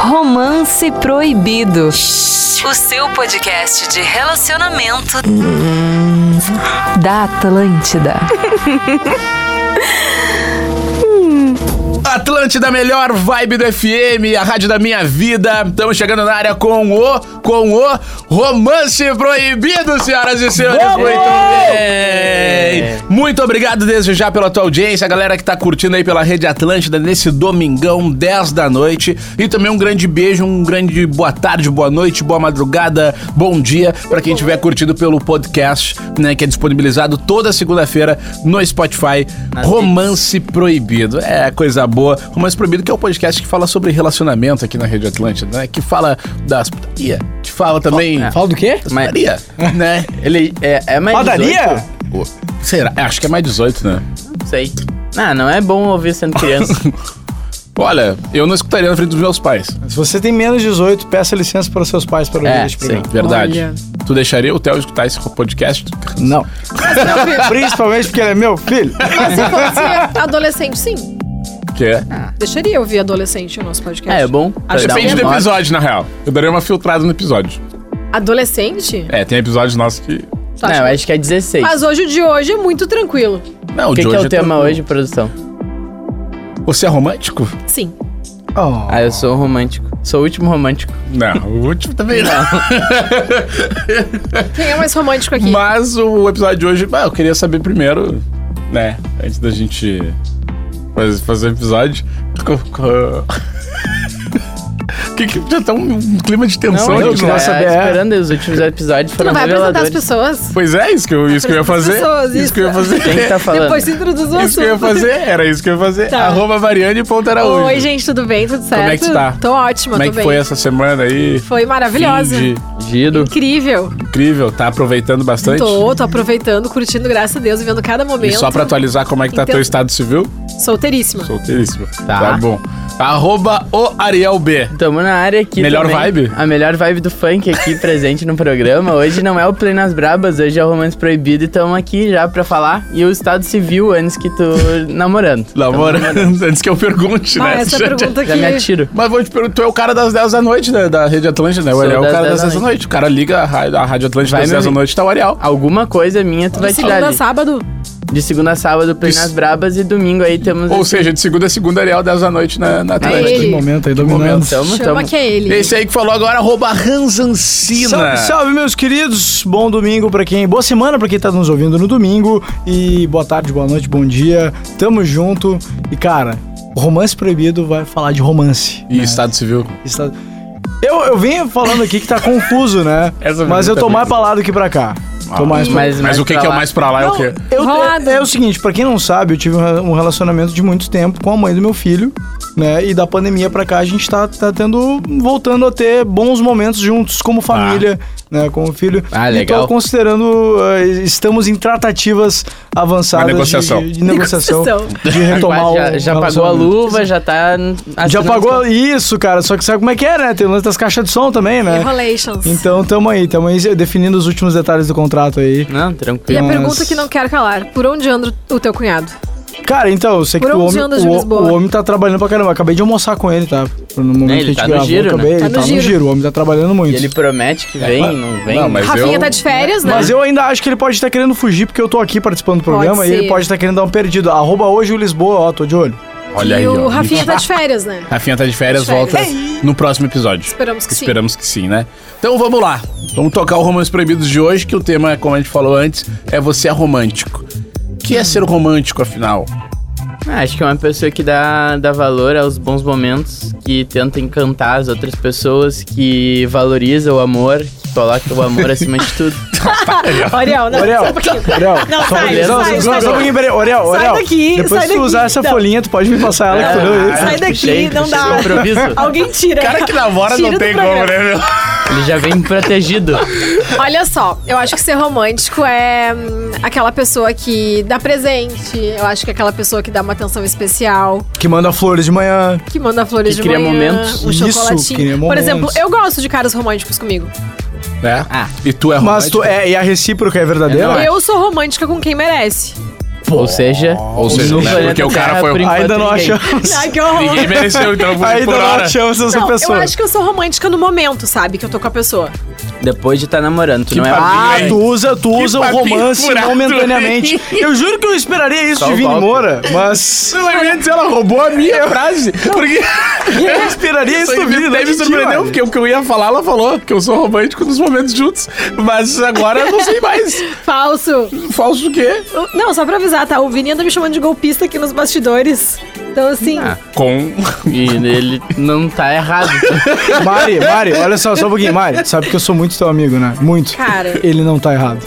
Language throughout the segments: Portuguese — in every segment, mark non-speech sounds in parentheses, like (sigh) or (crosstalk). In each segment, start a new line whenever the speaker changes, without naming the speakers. Romance Proibido. O seu podcast de relacionamento da Atlântida.
Atlântida, melhor vibe do FM, a rádio da minha vida. Estamos chegando na área com o, com o Romance Proibido, senhoras e senhores. Muito bem. Muito obrigado desde já pela tua audiência, a galera que tá curtindo aí pela Rede Atlântida nesse domingão, 10 da noite. E também um grande beijo, um grande boa tarde, boa noite, boa madrugada, bom dia para quem estiver curtindo pelo podcast, né, que é disponibilizado toda segunda-feira no Spotify. Romance Proibido. É coisa boa. Romance Proibido, que é o podcast que fala sobre relacionamento aqui na Rede Atlântida, né? Que fala das putaria, que fala também
É.
Fala do quê?
das putaria, né?
Ele é, é mais.
Padaria?
18?
Pô, Será? Acho que é mais 18, né?
Não sei. Ah, não é bom ouvir sendo criança.
Olha, eu não escutaria na frente dos meus pais.
Se você tem menos de 18, peça licença para os seus pais para ouvir
É,
este programa.
Verdade.
Olha.
Tu deixaria o Theo escutar esse podcast?
(laughs) Não. Principalmente porque ele é meu filho.
Se fosse adolescente, sim.
Que é.
Deixaria eu ouvir adolescente o nosso podcast.
é, é bom.
Acho
Dá
Depende
um
do
norte.
episódio, na real. Eu daria uma filtrada no episódio.
Adolescente?
É, tem episódios nossos que.
Tu
Não,
acha-
eu acho que é 16.
Mas hoje o de hoje é muito tranquilo.
Não,
o que,
de
que é
hoje
o tema
tranquilo.
hoje, produção?
Você é romântico?
Sim.
Oh.
Ah, eu sou romântico. Sou o último romântico.
Não, o último também
(laughs)
não.
Quem é mais romântico aqui?
Mas o episódio de hoje, bah, eu queria saber primeiro, né? Antes da gente faz- fazer o episódio. co- co- (laughs) que, que já tá um, um clima de tensão aqui.
eu queria
né?
quero saber, é.
esperando os últimos episódios
tu
foram
não vai apresentar as
reveladores.
pessoas?
Pois é, isso que eu, isso que eu ia fazer.
Apresenta as pessoas,
isso que eu ia
isso.
fazer.
Quem que tá falando?
Depois se introduz
(laughs)
o
Isso que eu ia
assunto.
fazer, era isso que eu ia fazer.
Tá.
Arroba Mariane Ponta Araújo.
Oi, gente, tudo bem? Tudo certo?
Como é que tu tá?
Tô ótima,
Como é
tô
que
bem.
foi essa semana aí?
Foi maravilhosa.
Fim
Giro.
Incrível.
de- Incrível, tá aproveitando bastante?
Tô, tô aproveitando, curtindo, graças a Deus, vivendo cada
E
momento.
só pra atualizar como é que tá
Então-
teu estado civil?
Solteiríssima.
Solteiríssimo.
Tá.
bom. Arroba o Ariel B.
Tamo na área aqui
Melhor
também.
vibe?
A melhor vibe do funk aqui
(laughs)
presente no programa. Hoje não é o Plenas Brabas, hoje é o Romance Proibido e tamo aqui já pra falar. E o estado civil antes que tu namorando.
Namorando, (laughs) antes que eu pergunte,
Ah,
né? (laughs)
essa pergunta aqui.
Já me atiro.
Mas vou te perguntar, tu é o cara das 10 da noite, né? Da Rede Atlântida, né? O
Sou
Ariel é o
das
cara
10
das
da
10 da noite. O cara liga a rádio, a rádio Atlântida
Vai
das
me
10 da
ouvir.
noite, tá o Ariel.
Alguma coisa minha tu vai tirar
Segunda,
ali.
sábado.
De segunda a sábado, Plenas
Isso.
Brabas e domingo aí temos...
Ou seja, de segunda a segunda, Ariel, 10 da noite na, na Atlântida.
Ei.
momento aí,
momento.
Tamo,
Chama
tamo.
que é ele.
Esse aí que falou agora, arroba Ranzancina.
Salve, salve, meus queridos. Bom domingo pra quem. Boa semana pra quem tá nos ouvindo no domingo. E boa tarde, boa noite, bom dia. Tamo junto. E cara, o Romance Proibido vai falar de romance.
E Estado Civil.
Está- Eu, eu venho falando aqui que tá confuso, né?
Essa é
Mas eu tô
pergunta Ah.
mais pra lá do que pra cá. Tô mais pra
mas,
mais
o que,
pra
que é o
lá.
mais pra lá é o quê?
Eu,
Rolado.
é, é o seguinte, pra quem não sabe, eu tive um re- um relacionamento de muito tempo com a mãe do meu filho, né? E da pandemia pra cá a gente tá, tá tendo. voltando a ter bons momentos juntos, como família, né? Como filho.
Ah,
E
legal.
tô considerando. eh, estamos em tratativas avançadas
Uma negociação.
De, de negociação.
Negociação.
De retomar
Quase
o.
um
já, já pagou a
relacionamento.
luva, já tá...
Já
assinando
pagou isso, cara. Só que sabe como é que é, né? Tem o lance das caixas de som também, né?
Enrolations.
Então tamo aí, tamo aí definindo os últimos detalhes do contrato aí.
Não,
E
tranquilo.
a
Nossa.
pergunta que não quero calar: por onde anda o teu cunhado?
Cara, então, eu sei que
Por
o
onde
homem,
andas de
o,
Lisboa?
o homem tá trabalhando pra caramba. Acabei de almoçar com ele, tá? No momento
É, ele
que a gente
tá no
gravou,
giro, né?
acabei,
Tá
ele
no
tá no
giro.
giro. O homem tá trabalhando
E
muito.
ele promete que vem,
claro.
não vem.
Não, mas
Rafinha
eu-
tá de férias, né?
Mas eu ainda acho que ele pode estar querendo fugir, porque eu tô aqui participando do programa e
ser.
ele pode estar querendo dar um perdido. Arroba hoje o Lisboa, ó, tô de olho.
Olha aí,
e o
ó.
Rafinha tá de
(laughs)
férias, né?
Rafinha tá de férias,
De férias.
volta no próximo episódio.
É Esperamos que sim.
Esperamos que sim, né? Então vamos lá. Vamos tocar o Romance Proibidos de hoje, que o tema, como a gente falou antes, é você é romântico. O que é ser romântico, afinal?
Ah, acho que é uma pessoa que dá, dá valor aos bons momentos, que tenta encantar as outras pessoas, que valoriza o amor, que coloca o amor acima
(laughs)
de tudo.
Ariel, não.
Oriel, Oriel,
Não,
só
sai,
um pouquinho, só-
sai,
só-
sai
só um pouquinho, peraí. Oriel,
Sai
Oriel,
daqui,
depois
sai
que tu
daqui.
usar essa
Não.
folhinha, tu pode me passar ela
É.
que tu
Ah,
deu isso.
sai daqui, não
puxei
dá.
o improviso.
Alguém tira.
Cara que namora
Tira
não
do
tem como,
programa.
né, meu?
Ele já vem protegido.
Olha só, eu acho que ser romântico é hum, aquela pessoa que dá presente, eu acho que é aquela pessoa que dá uma atenção especial,
Que manda flores de manhã.
que manda flores
Que
de
cria
manhã,
momentos.
um
Isso,
chocolatinho.
cria
Por
momentos.
exemplo, eu gosto de caras românticos comigo.
É.
Ah.
E tu é romântico?
Mas tu, é, e a recíproca é verdadeira?
(laughs)
Eu
Eu sou romântica com quem merece.
Ou seja,
Ou seja,
no
né,
planeta
porque o cara
Terra,
foi-
por enquanto,
Ainda não
ninguém.
achamos.
Ai, que horror.
Ninguém mereceu, (laughs) então vamos
Ainda
por
não
hora.
achamos essa
Não, eu
pessoa.
acho que eu sou romântica no momento, sabe? Que eu tô com a pessoa.
Depois de estar namorando, tu não é
papinho,
Ah,
hein?
tu usa, tu
Que
usa o
papinho
romance
furado,
momentaneamente. Eu juro que eu esperaria isso
Só
de
o
Vini
Walter.
Moura,
(laughs)
mas.
Eu ia dizer, ela roubou a minha frase. Porque.
Eu esperaria
(laughs)
isso
Isso
do
aí
Vini,
me,
não
daí me
de ti,
surpreendeu,
mano.
porque o que eu ia falar, ela falou, que eu sou romântico nos momentos juntos. Mas agora eu não sei mais.
Falso.
Falso o quê?
Uh, Não, só pra avisar, tá? O Vini anda me chamando de golpista aqui nos bastidores. Então, assim,
Ah. Com.
E ele não tá errado.
Mari,
(laughs)
Mari, olha só, só um pouquinho. Mari, sabe que eu sou muito teu amigo, né? Muito. (laughs)
Cara.
Ele não tá errado.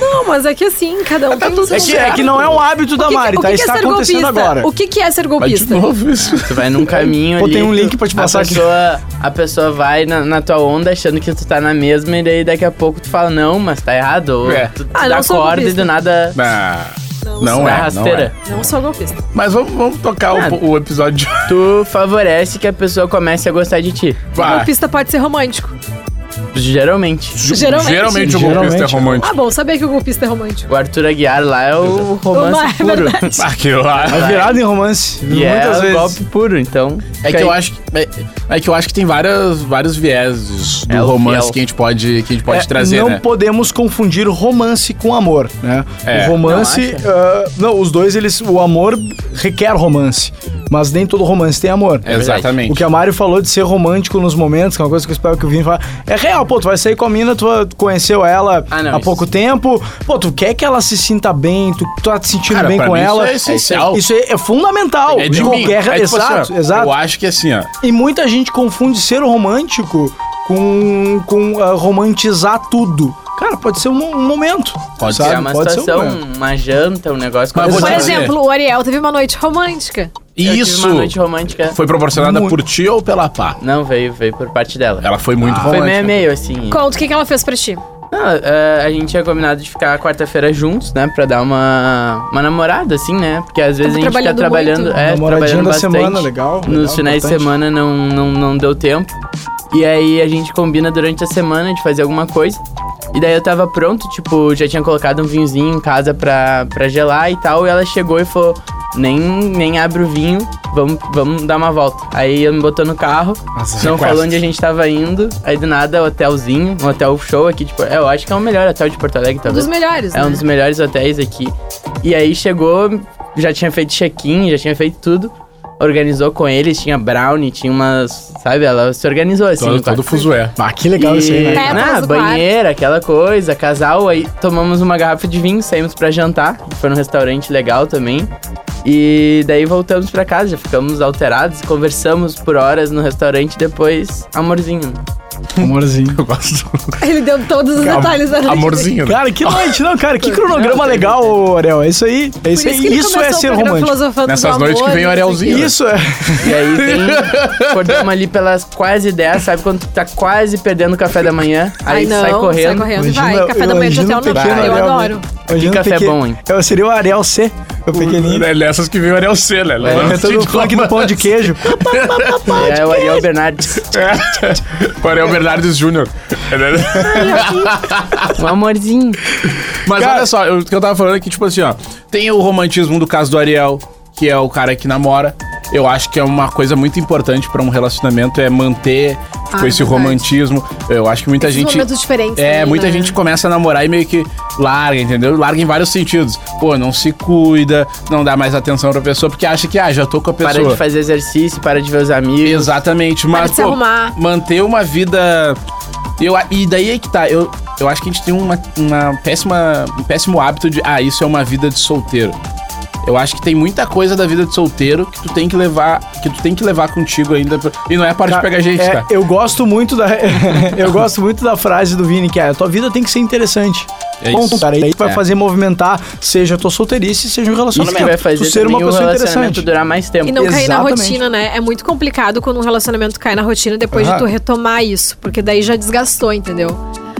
não, mas é que assim, cada um tem o seu
É que, é que não é um hábito da
O que-
Mari,
o
tá?
que que é
Está
ser
acontecendo
golpista?
agora.
O que, que é ser
Mas de
golpista?
novo isso.
Tu vai num caminho
Pô,
ali.
tem um
tu-
link pra te passar
a
aqui.
pessoa, A pessoa vai na, na tua onda achando que tu tá na mesma, e daí daqui a pouco tu fala, não, mas tá errado. Ou
É.
tu, tu
Ah, não
dá
sou
corda e
golpista.
do nada
Ah, (laughs) não,
tu dá
é, não
rasteira.
é.
Não sou golpista.
Mas vamos, vamos tocar
Ah.
o, o episódio (laughs) de hoje.
Tu favorece que a pessoa comece a gostar de ti.
Pá,
Golpista pode ser romântico.
Geralmente.
ge-
geralmente.
geralmente o golpista é
Geralmente.
romântico.
Ah, bom, sabia que o golpista é romântico.
O Arthur Aguiar lá é o
Não, é
romance puro.
verdade.
(laughs) Ah, que lá.
É virado em romance.
E é
muitas vezes.
golpe puro, então.
É
fica
que eu
aí.
acho que, é, é que eu acho que tem várias, vários vieses do
É o
romance
fiel.
que a gente pode, que a gente pode
É,
trazer,
não
né?
podemos confundir romance com amor, né?
É.
o romance, ah, não, os dois eles, o amor requer romance, mas nem todo romance tem amor.
É Exatamente.
O que a Mário falou de ser romântico nos momentos, que é uma coisa que eu espero que o Vini fale. É real, pô, tu vai sair com a mina, tu conheceu ela
Ah, não,
há
isso-
pouco tempo, pô, tu quer que ela se sinta bem, tu tá te sentindo
Cara,
bem
pra
com
mim isso
ela.
é essencial.
Isso é, é fundamental.
É
de
mim.
qualquer.
É tipo assim, ó,
exato, exato.
Eu acho que assim, ó.
E muita gente confunde ser romântico com, com ah, romantizar tudo. Cara, pode ser um, um momento.
Pode
sabe?
É uma
pode
situação,
Ser um momento.
uma janta, um negócio.
Mas
quando
vou
Por
você-
te dizer,
exemplo, o Ariel teve uma noite romântica.
Eu tive
Isso
uma noite romântica.
foi proporcionada
Muito.
por ti ou pela pá?
Não, veio, veio por parte dela.
Ela foi
Ah,
muito
Foi
romântica.
meio a meio, assim.
Conta o que, que ela fez pra ti.
Não, é, a gente tinha combinado de ficar quarta-feira juntos, né? Pra dar uma, uma namorada, assim, né? Porque às vezes a gente fica
trabalhando
trabalhando.
muito.
É,
Namoradinha
trabalhando
da
bastante.
semana, legal, legal,
Nos finais de
importante.
semana não, não, não deu tempo. E aí a gente combina durante a semana de fazer alguma coisa. E daí eu tava pronto, tipo, já tinha colocado um vinhozinho em casa pra, pra gelar e tal. E ela chegou e falou: nem, nem abre o vinho, vamos, vamos dar uma volta. Aí eu me botou no carro,
Nossa,
não
request.
falou onde a gente tava indo. Aí do nada, hotelzinho, um hotel show aqui de Porto Eu acho que é o melhor hotel de Porto Alegre,
Um
talvez.
dos melhores,
É
né?
um dos melhores hotéis aqui. E aí chegou, já tinha feito check-in, já tinha feito tudo. Organizou com eles, tinha brownie, tinha umas. Sabe, ela se organizou assim.
Todo,
no quarto.
todo fuzué.
Ah, que legal isso aí,
E-
né?
(laughs)
É,
né,
faz o
banheira, aquela coisa, casal. Aí tomamos uma garrafa de vinho, saímos pra jantar. Foi num restaurante legal também. E daí voltamos pra casa, já ficamos alterados, conversamos por horas no restaurante, depois amorzinho.
Amorzinho.
Eu gosto.
Ele deu todos os detalhes da noite.
Amorzinho. né?
Cara, que noite, não, cara, que cronograma legal, ô, Ariel. É isso aí. É
Por
isso,
isso
aí.
que ele
Isso é
começou o
ser
programa assim.
romântico.
filosofando do
Nessas noites
amor,
que vem o
não sei
Arielzinho.
quê.
Isso é.
E aí
(laughs)
tem, acordamos ali pelas quase 10, sabe quando tu tá quase perdendo o café da manhã, aí
Ai,
tu
não,
sai correndo.
e vai.
Imagina-
Café da manhã de
imagina
hotel
o
não
pequeno
vai, eu
Ariel, né?
adoro.
Imagina o
café
pequeno-
bom, hein? né?
Eu seria o Ariel C, o pequenininho.
É dessas que veio o Ariel C, né?
É,
Não
cantando
tinha
o funk do pão de queijo.
E aí É, o Ariel Bernardes,
(laughs) É. O Ariel Bernardes Júnior.
um amorzinho.
Mas
Cara-
olha só, eu- o que eu tava falando é que, tipo assim, ó, tem o romantismo do caso do Ariel, que é o cara que namora. Eu acho que é uma coisa muito importante pra um relacionamento é manter tipo,
Ah,
esse
verdade.
romantismo. Eu acho que muita
Esses
gente.
momentos diferentes
É,
também,
muita
né?
gente começa a namorar e meio que larga, entendeu? Larga em vários sentidos. Pô, não se cuida, não dá mais atenção pra pessoa, porque acha que, ah, já tô com a pessoa.
Para de fazer exercício, para de ver os amigos.
Exatamente, mas
de se
pô,
arrumar.
manter uma vida. Eu, a- e daí é que tá. Eu, eu acho que a gente tem uma, uma péssima, um péssimo hábito de. Ah, isso é uma vida de solteiro. Eu acho que tem muita coisa da vida de solteiro que tu tem que levar, que tu tem que levar contigo ainda. pra- E não é para de pegar gente,
É,
tá?
Eu gosto muito da (laughs) eu gosto muito da frase do Vini que é: "A tua vida tem que ser interessante".
É
Ponto,
isso.
cara. E aí tu vai
É.
fazer movimentar, seja a tua solteirice, seja um
Isso
relacionamento.
né?
que vai fazer
tu ser uma
também o
pessoa
relacionamento
interessante.
durar mais tempo.
E não cair na
Exatamente.
rotina, né? É muito complicado quando um relacionamento cai na rotina depois
Ah.
de tu retomar isso, porque daí já desgastou, entendeu?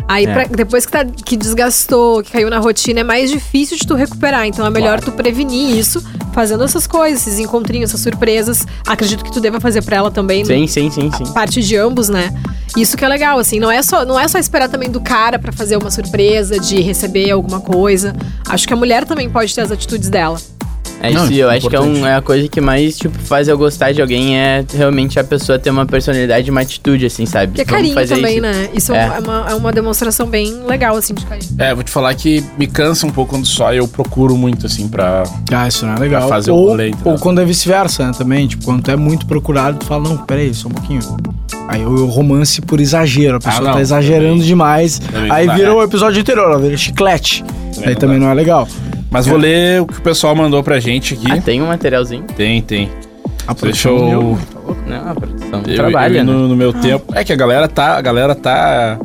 Aí
É.
pra- depois que, tá- que desgastou, que caiu na rotina, é mais difícil de tu recuperar. Então é melhor tu prevenir isso, fazendo essas coisas, esses encontrinhos, essas surpresas. Acredito que tu deva fazer pra ela também.
Sim, sim, sim, sim.
Parte de ambos, né? Isso que é legal, assim, não é só, não é só esperar também do cara pra fazer uma surpresa, de receber alguma coisa. Acho que a mulher também pode ter as atitudes dela.
É
Não,
isso,
isso
e
é
eu acho que é, um-
importante.
é a coisa que mais, tipo, faz eu gostar de alguém é realmente a pessoa ter uma personalidade, uma atitude, assim, sabe?
Porque é
Vamos
carinho
fazer
também,
isso.
né? Isso é.
É.
um- é uma, é uma demonstração bem legal, assim, de carinho.
É, vou te falar que me cansa um pouco quando só eu procuro muito, assim, pra.
Ah, isso não é legal.
Pra fazer o
ou,
rolê, entendeu?
ou quando é vice-versa, né, também. Tipo, quando tu é muito procurado, tu fala, não, peraí, só um pouquinho. Aí o romance por exagero, a pessoa
Ah, não,
tá exagerando
também.
demais.
Também
aí
não dá,
vira
né?
o episódio anterior, ela vira chiclete.
não
aí também não é legal.
Mas vou ler o que o pessoal mandou pra gente aqui.
Ah, tem um materialzinho?
Tem, tem.
A
Deixa
produção
eu.
Tá louco? Não, a produção
eu-
trabalha,
eu ir
né?
no, no meu tempo. É que a galera tá. A galera tá.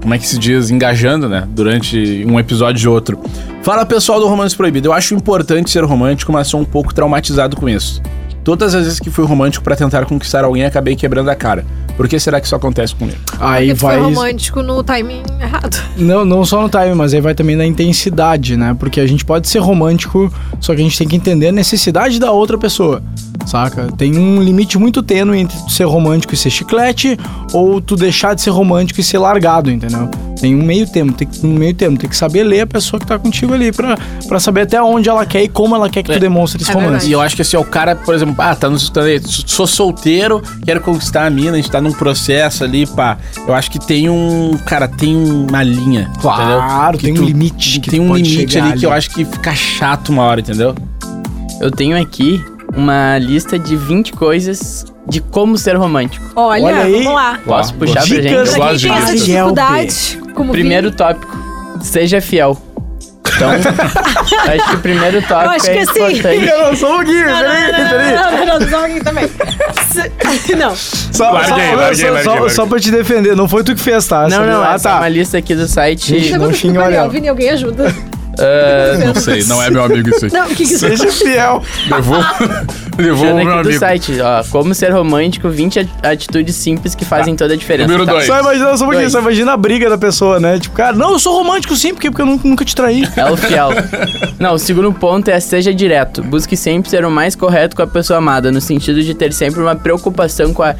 Como é que se diz? Engajando, né? Durante um episódio de outro. Fala pessoal do Romance Proibido. Eu acho importante ser romântico, mas sou um pouco traumatizado com isso. Todas as vezes que fui romântico pra tentar conquistar alguém, acabei quebrando a cara. Por que será que isso acontece comigo?
Aí
Porque tu foi
vai.
romântico no timing errado. (laughs)
Não, não só no time, mas aí vai também na intensidade, né? Porque a gente pode ser romântico, só que a gente tem que entender a necessidade da outra pessoa, saca? Tem um limite muito tênue entre tu ser romântico e ser chiclete, ou tu deixar de ser romântico e ser largado, entendeu? Tem um meio termo, tem que, um meio termo, tem que saber ler a pessoa que tá contigo ali pra, pra saber até onde ela quer e como ela quer que tu
É.
demonstre esse
É
romance.
E eu acho que assim, é o cara, por exemplo, ah, tá nos escutando aí, sou sou solteiro, quero conquistar a mina, a gente tá num processo ali, pá. Eu acho que tem um. Cara, tem uma linha.
Claro,
entendeu?
tem um limite que
tem
tu
um
pode
limite
chegar
ali, que eu acho que fica chato uma hora, entendeu?
Eu tenho aqui uma lista de 20 coisas de como ser romântico.
Olha,
Olha aí.
vamos lá.
Posso
Ó,
puxar pra gente?
dicas
Eu
Pra
gosto
quem tem essa
disso.
dificuldade, como
Primeiro
vi,
tópico, seja fiel.
(laughs)
Então, acho que o primeiro tópico
acho que
é
assim-
importante.
Eu não sou o Gui,
Não, não, não, não, não, não, não, não, não, também. (laughs) Se- Não.
Larguei,
Só, só,
larguei,
só-
larguei,
só-
larguei.
só pra te defender, não foi tu que fez, tá?
Não, não,
ah,
essa é
(laughs)
uma lista aqui do site.
Gente, não
Pergunta pro
xinga o
Daniel,
Ariel.
Vini, alguém ajuda.
Não sei, não é meu amigo isso aí.
Não, o que é que você...
Seja fiel.
(laughs)
Levou, levou o
Puxando
meu
aqui do
amigo.
site, ó. Como ser romântico, 20 at- atitudes simples que fazem toda a diferença.
Número
tá?
dois.
Só imagina, só um
É
pouquinho,
Dois.
só imagina a briga da pessoa, né? Tipo, cara, não, eu sou romântico sim, porque, porque eu nunca, nunca te traí.
É o fiel. Não, o segundo ponto é seja direto. Busque sempre ser o mais correto com a pessoa amada, no sentido de ter sempre uma preocupação com a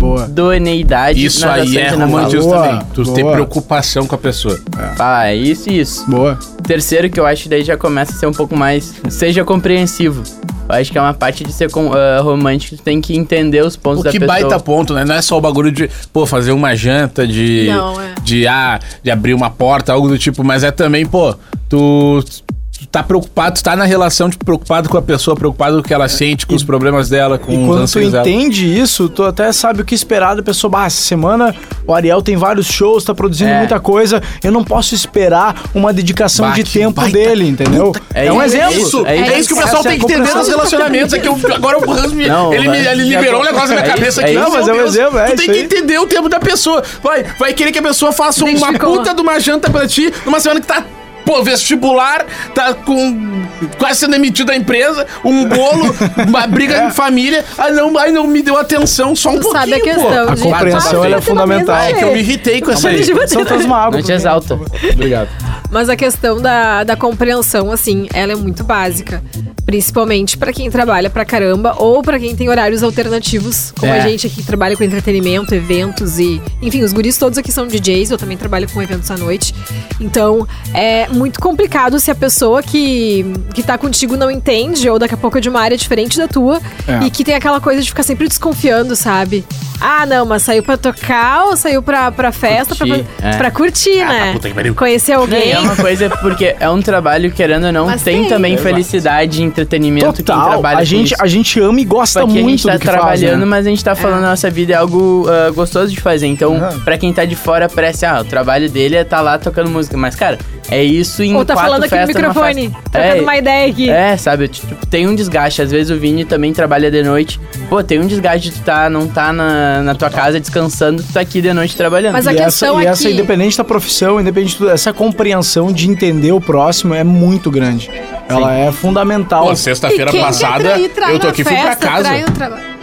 Boa.
idoneidade
Isso
nas
aí
ações
é
e na fala.
romantismo
Boa,
também. Tu tem
boa.
preocupação com a pessoa.
Ah, é isso e isso.
Boa.
Terceiro que eu acho que daí já começa a ser um pouco mais... Seja compreensivo. Eu acho que é uma parte de ser com- ah, romântico, tu tem que entender os pontos
O
da
que
pessoa.
baita ponto, né? Não é só o bagulho de, pô, fazer uma janta, de.
Não, é.
De, ah, de abrir uma porta, algo do tipo, mas é também, pô, tu. tu tá preocupado, tu tá na relação, tipo, preocupado com a pessoa, preocupado com o que ela sente, com os problemas dela, com
E
os
quando tu
anseios dela.
entende isso, tu até sabe o que esperar da pessoa. Bah, essa semana o Ariel tem vários shows, tá produzindo
É.
muita coisa. Eu não posso esperar uma dedicação
Bah,
de
que
tempo
baita-
dele, entendeu?
É isso, é isso, é isso.
Essa é a compreensão.
tá relacionamentos. É que eu- agora o Hans me,
Não,
ele, me-
mas-
ele liberou um negócio na minha
É isso,
cabeça
é
aqui.
isso.
Não, mas
Meu
é um
Deus,
exemplo, é
Tu tem
isso
que
aí.
entender o tempo da pessoa. Vai, vai querer que a pessoa faça uma
Identificou.
puta de uma janta pra ti numa semana que tá. Pô, vestibular, tá com. quase sendo emitido da empresa, um bolo, uma briga em família. Ah, não, ai, não me deu atenção, só um
Tu
pouquinho.
sabe a
pô.
questão,
A
gente.
compreensão,
Ah,
ela é
fica na mesa,
fundamental.
É que eu me irritei com
um
essa aí.
Só traz uma água.
Não te
pra mim.
exalta.
Obrigado.
Mas a questão da, da compreensão, assim, ela é muito básica. Principalmente pra quem trabalha pra caramba ou pra quem tem horários alternativos, como
É.
a gente aqui que trabalha com entretenimento, eventos e. Enfim, os guris todos aqui são DJs, eu também trabalho com eventos à noite. Então é muito complicado se a pessoa que, que tá contigo não entende, ou daqui a pouco é de uma área diferente da tua,
É.
e que tem aquela coisa de ficar sempre desconfiando, sabe? Ah, não, mas saiu pra tocar ou saiu pra, pra festa, pra,
Curtir,
pra,
é.
curtir, né?
puta que pariu.
Conhecer alguém.
E é uma coisa porque é um trabalho, querendo ou não,
Mas
tem
tem.
também felicidade, entretenimento, quem
Total.
trabalha
A
com
gente,
isso.
a gente ama e gosta
Porque a
muito
gente tá
do que
trabalhando,
faz, né?
mas a gente tá falando a nossa vida é algo ah, gostoso de fazer. Então,
Aham.
pra quem tá de fora, parece, ah, o trabalho dele é tá lá tocando música. Mas, cara, é isso em
Ou tá
quatro
falando aqui no
festas, numa
microfone,
festa.
trocando
É,
uma ideia aqui.
É, sabe? Tipo, tem um desgaste. Às vezes o Vini também trabalha de noite. Pô, tem um desgaste de tu tá, não tá na, na tua casa descansando, tu tá aqui de noite trabalhando.
Mas a
e
questão
essa, e
é
essa,
que-
independente da profissão, independente de tudo, essa compreensão de entender o próximo é muito grande. Ela é fundamental.
Pô, sexta-feira passada, eu tô aqui, fui pra casa.
um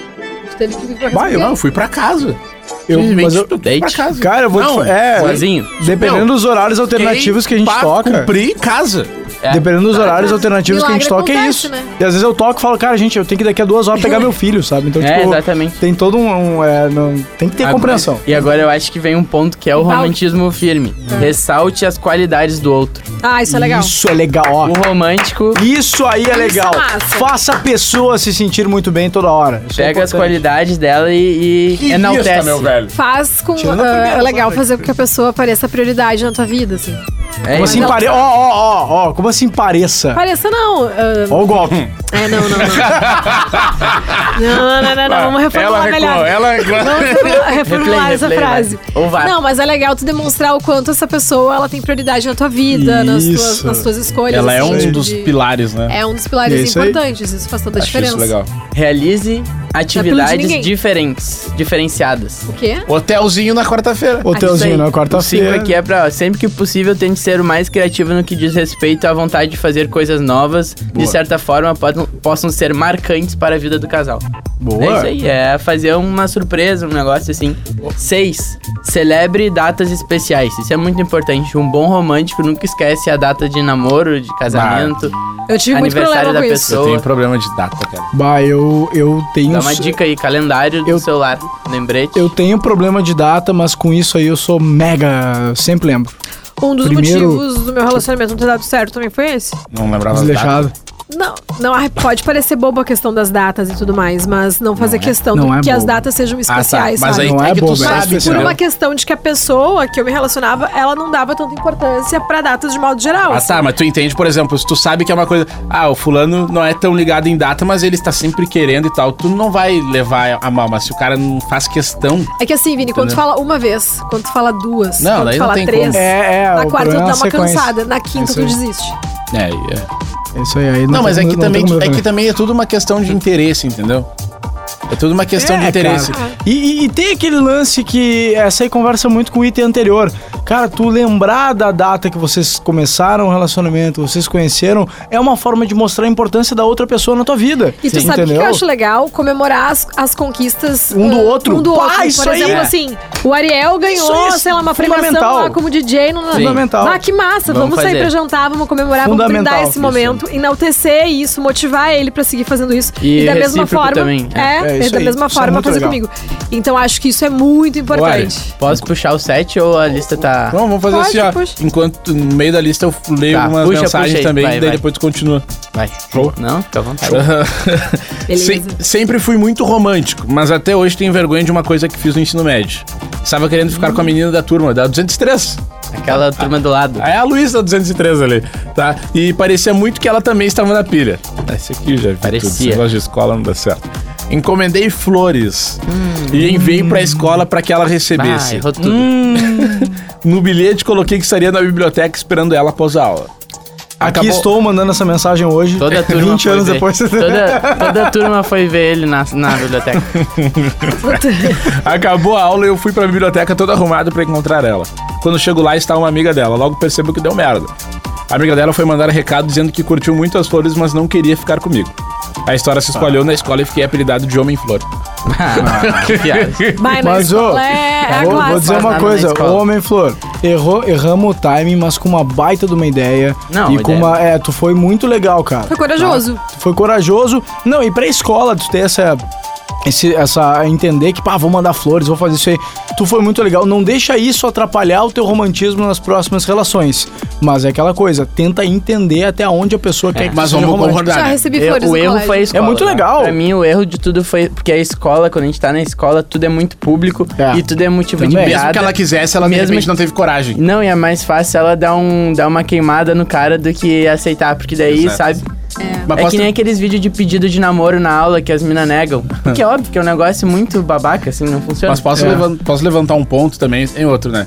Teve que vir pra
Bah, eu
responder.
não, eu fui pra casa.
Eu, mas eu,
tu
date?
pra casa.
cara, eu vou
Não,
te é,
assim.
sozinho?
Dependendo
Meu,
dos horários alternativos que a gente
pra
toca.
cumprir em casa.
É.
Dependendo dos horários alternativos que a gente
Tá, Milagre
toca, é
acontece,
isso.
né?
E às vezes eu toco e falo, cara, gente, eu tenho que daqui a duas horas pegar meu filho, sabe? Então,
É,
tipo,
exatamente.
tem todo um. um, é, não- tem que ter
Agora-
compreensão.
E agora eu acho que vem um ponto que é o
Balde. É.
romantismo firme. Ressalte as qualidades do outro.
Ah, isso é legal.
Isso é legal, ó.
O romântico
Isso aí é legal.
é massa.
Faça a pessoa se sentir muito bem toda hora. Isso é
pega as
importante.
qualidades dela e,
Que
É
e enaltece.
lista, meu velho.
Faz com.
Tirando a
ah,
primeira,
é legal
sabe?
fazer com que a pessoa pareça prioridade na tua vida, assim.
É
Como
isso.
assim pareça. Ó, ó, ó, ó. Como assim pareça?
Pareça não. ah,
Ó
(laughs)
o golpe.
É, não, não, não. Não, não, não, não. Vamos reformular
ela
melhor.
Ela
Vamos
recuou.
reformular- reformular
Replay,
essa
replay,
frase.
vai. Ou vai.
Não, mas é legal tu demonstrar o quanto essa pessoa ela tem prioridade na tua vida, nas tuas,
Isso.
nas tuas escolhas.
Ela é
assim,
um
de-
dos pilares, né?
É um dos
É
pilares
isso aí.
importantes. Isso faz toda a
Acho
diferença.
isso legal.
Realize atividades
ninguém.
diferentes, diferenciadas.
O quê?
Hotelzinho na quarta-feira.
É
Hotelzinho na
O 5
quarta-feira.
aqui é pra ó, sempre que possível tente ser o mais criativo no que diz respeito à vontade de fazer coisas novas, de certa forma podam- possam ser marcantes para a vida do casal.
Boa.
É isso aí, é fazer uma surpresa, um negócio assim. 6. Celebre datas especiais. Isso é muito importante. Um bom romântico nunca esquece a data de namoro, de casamento.
Eu tive muito
Aniversário
problema
da
com isso.
pessoa.
Eu tenho problema de data, cara.
Bah, eu, eu tenho.
Dá uma dica aí, calendário do
Eu-
celular, lembrete.
Eu tenho problema de data, mas com isso aí eu sou mega. eu Sempre lembro.
Um dos
Primeiro-
motivos do meu relacionamento não ter dado certo também foi esse.
Não lembrava as datas.
Desleixado.
Não, não ah, pode parecer bobo a questão das datas e tudo mais, mas não fazer questão
não
do-
é
que as
bobo.
datas sejam
Ah, tá.
especiais,
Mas
sabe?
aí
Não
tem
é
que tu
bobo, é
sabe,
Por
especial.
entendeu?
uma questão de que a pessoa que eu me relacionava, ela não dava tanta importância pra datas de modo geral.
Ah,
assim.
tá, mas tu entende, por exemplo, se tu sabe que é uma coisa. Ah, o fulano não é tão ligado em data, mas ele está sempre querendo e tal. Tu não vai levar a mal, mas se o cara não faz questão.
É que assim, Vini, quando tu
Entendeu?
fala uma vez, quando tu fala duas,
Não,
quando
daí
tu
não
fala
tem
três,
como.
É, é,
na
o
quarta tu
problema é
dá
a
uma
sequência.
cansada, na quinta
Isso
tu
aí.
desiste.
É, é.
É Isso aí, aí
Não, mas
tem
é
como-
que, também,
tem como
é que
defender.
também é tudo uma questão de interesse, entendeu? É tudo uma questão de
É,
interesse.
cara. E, e- e tem aquele lance que essa aí conversa muito com o item anterior. Cara, tu lembrar da data que vocês começaram o relacionamento, vocês conheceram, é uma forma de mostrar a importância da outra pessoa na tua vida.
E tu
Sim.
sabe o que que eu
Entendeu?
acho legal? Comemorar as, as conquistas
Um do
ah,
outro.
Um do
Pá,
outro.
isso
Por
aí
exemplo,
é.
assim, o Ariel ganhou,
Isso é
sei lá, uma premiação
fundamental.
lá como DJ. No...
Fundamental.
Ah, que massa.
Vamos
Vamos, sair
fazer.
pra jantar, vamos comemorar, vamos brindar
Fundamental,
esse
isso.
momento. Enaltecer isso, motivar ele pra seguir fazendo isso.
E
da mesma
recíproco
forma.
também, é.
É,
É isso
da
aí.
mesma
Isso é
forma
muito
fazer
legal.
comigo. Então acho que isso é muito importante.
Posso puxar o 7 ou a lista tá.
Então vamos fazer
Pode,
assim, ó.
puxa.
Enquanto no meio da lista eu leio
Tá,
umas
puxa,
mensagens
puxa aí,
também,
vai,
daí
vai.
depois tu continua. (laughs)
Vai.
Show.
Não? Fica à vontade.
Beleza.
Sem- sempre fui muito romântico, mas até hoje tenho vergonha de uma coisa que fiz no ensino médio. Estava querendo ficar
Hum.
com a menina da turma, da 203.
Aquela
Ah,
turma do lado.
É a Luísa 203 ali, tá? E parecia muito que ela também estava na pilha. Ah, Esse aqui já vi
Parecia.
tudo. Esse negócio de escola não dá certo. Encomendei flores e enviei pra escola pra que ela
Ah,
recebesse.
errou tudo.
Hum,
no bilhete coloquei que estaria na biblioteca esperando ela após a aula.
Aqui
Acabou-
estou mandando essa mensagem hoje.
Toda a turma
20
foi
anos
ver.
depois.
Toda, toda a turma foi ver ele na, na biblioteca. (laughs)
Acabou a aula e eu fui pra biblioteca todo arrumado pra encontrar ela. Quando chego lá, está uma amiga dela. Logo percebo que deu merda. A amiga dela foi mandar recado dizendo que curtiu muito as flores, mas não queria ficar comigo. A história se espalhou Ah. na escola e fiquei apelidado de Homem Flor.
Ah, que
(laughs)
piada.
Vai, mas,
(laughs) Mas, ô,
é a
vou,
classe.
vou dizer
Nada
uma
na
coisa,
escola.
ô, homem flor, errou, erramos o timing, mas com uma baita de uma ideia.
Não,
e
uma
com
ideia.
uma. É, tu foi muito legal, cara.
Foi corajoso.
Tu foi corajoso. Não, e pra escola, tu ter essa. Esse, essa entender que, pá, vou mandar flores, vou fazer isso aí. Tu foi muito legal. Não deixa isso atrapalhar o teu romantismo nas próximas relações. Mas é aquela coisa, tenta entender até onde a pessoa
É.
quer que
Mas
tu seja
vamos
romântico.
concordar.
Já
né?
recebi
É,
Eu-
flores
o
no
erro
colégio.
foi a escola.
muito legal.
Pra mim, o erro de tudo foi porque a escola, quando a gente tá na escola, tudo é muito público
É.
e tudo é motivo de
Também.
piada.
Mesmo que ela quisesse, ela de
Mesmo
repente
que-
não teve coragem.
Não, e é mais fácil ela dar, um, dar uma queimada no cara do que aceitar, porque daí,
Exato.
sabe?
Mas
É
posso-
que nem aqueles vídeos de pedido de namoro na aula que as
(laughs)
minas negam. Porque é óbvio que é um negócio muito babaca, assim, não funciona.
Mas posso,
É.
levan- posso levantar um ponto também em outro, né?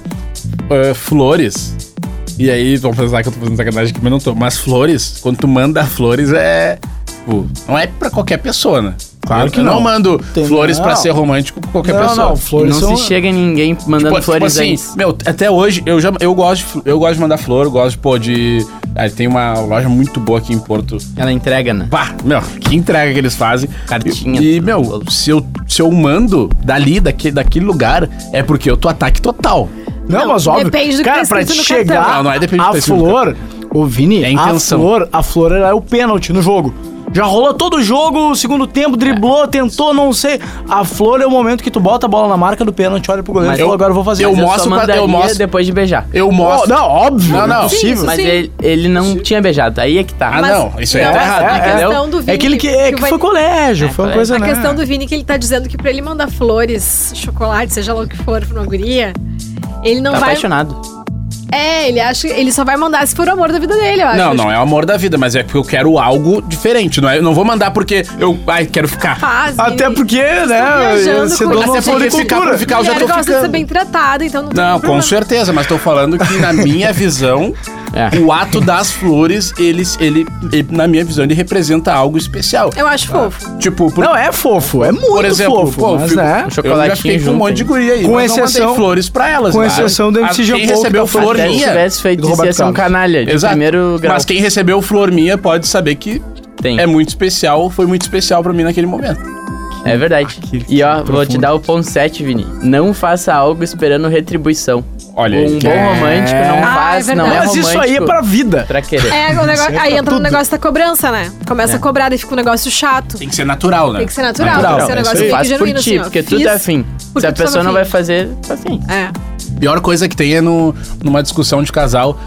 Ah, flores. E aí, vão pensar que eu tô fazendo sacanagem aqui, mas não tô. Mas flores, quando tu manda flores, é. tipo, não é pra qualquer pessoa, né?
Claro
Eu-
que
eu
não.
mando
Tem-
flores pra
não.
ser romântico com qualquer
Não,
pessoa.
não, flores
não
são-
se chega em ninguém mandando
Tipo, tipo
flores
assim,
antes.
meu, até hoje eu já eu gosto, de fl- eu gosto de mandar flor, eu gosto pô, de ah, tem uma loja muito boa aqui em Porto.
Ela entrega, né?
Bah, meu, que entrega que eles fazem.
Cartinha.
E, e, meu, se eu, se eu mando dali, daquele, daquele lugar, é porque eu tô ataque total.
Não,
Não,
mas óbvio.
depende do que
cara,
tá
pra
escrito no
chegar
cartão.
Não, não é depende do que tá
a
escrito no
flor, o Vini,
É a
a
intenção.
flor, a flor ela é o pênalti no jogo. Já rolou todo o jogo, segundo tempo, driblou,
É.
tentou, não sei. A flor é o momento que tu bota a bola na marca do pênalti, olha pro goleiro e
Mas
fala,
eu-
agora eu vou fazer.
eu
Mas
Mas
mostro
só
pra- eu
mandaria
mostro.
depois de beijar.
Eu
Oh,
mostro.
não, óbvio.
Não, não.
é possível.
Sim,
Mas
sim.
ele, ele não tinha beijado. Aí é que tá.
Ah,
Mas-
não, isso aí
não,
tá
mas
errado,
a
entendeu?
questão do Vini
É aquele que, é, que
vai-
foi colégio, foi uma
É,
coisa,
A
né?
questão do Vini é que ele tá dizendo que pra ele mandar flores, chocolate, seja lá o que for pra uma guria, ele não
tá
vai.
apaixonado.
É, ele acha. Ele só vai mandar se for o amor da vida dele, eu acho.
Não, não é o amor da vida, mas é porque eu quero algo diferente. Não é, eu não vou mandar porque eu ai, quero ficar.
Faz,
Até
Vini.
porque, né?
viajando
Você
com-
é
dono
Até
da
porque
ficar
floricultura.
pra ficar- eu já tô
mulher gosta de ser
ficando.
bem tratada, então não tem
Não, com
problema.
certeza, mas tô falando que na minha visão,
(laughs) É.
o ato das flores, eles, ele, ele- na minha visão, ele representa algo especial.
Eu acho fofo.
Tipo, por,
Não, é fofo, é muito
por exemplo,
fofo.
pô, eu
mas,
fico-
né?
eu já
Chocolatinho
fiquei com um
junto,
monte de
hein?
guria aí,
Com
mas não
exceção-
mandei flores pra elas.
com
tá?
exceção do
Ah,
MC Jean
Quem
Paul, que
recebeu
tá
flor
fazendo-
Até se
minha...
tivesse feito
do
isso, ia
Roberto
ser um
Carlos.
canalha. De
Exato.
primeiro grau.
Mas quem recebeu flor minha pode saber que
tem.
é muito especial, foi muito especial pra mim naquele momento.
É verdade. e ó, vou te dar o ponto 7, Vini. Não faça algo esperando retribuição.
Olha aí. É.
um bom romântico não
Ah,
faz,
é
não é
verdade.
Mas
romântico.
isso aí é pra vida.
pra querer.
É, o negócio,
é
aí
pra
entra no
tudo.
negócio da cobrança, né? Começa a cobrar e fica um negócio chato.
Tem que ser natural, né?
Tem que ser natural,
Natural,
tem que
é
ser um
isso
negócio
aí.
meio
Faz
que
por
genuíno,
ti,
assim, ó.
porque
Fiz
tudo é fim.
porque
Se a
tu tá
pessoa não
afim.
vai fazer, tá fim.
É.
Pior coisa que tem é no, numa discussão de casal.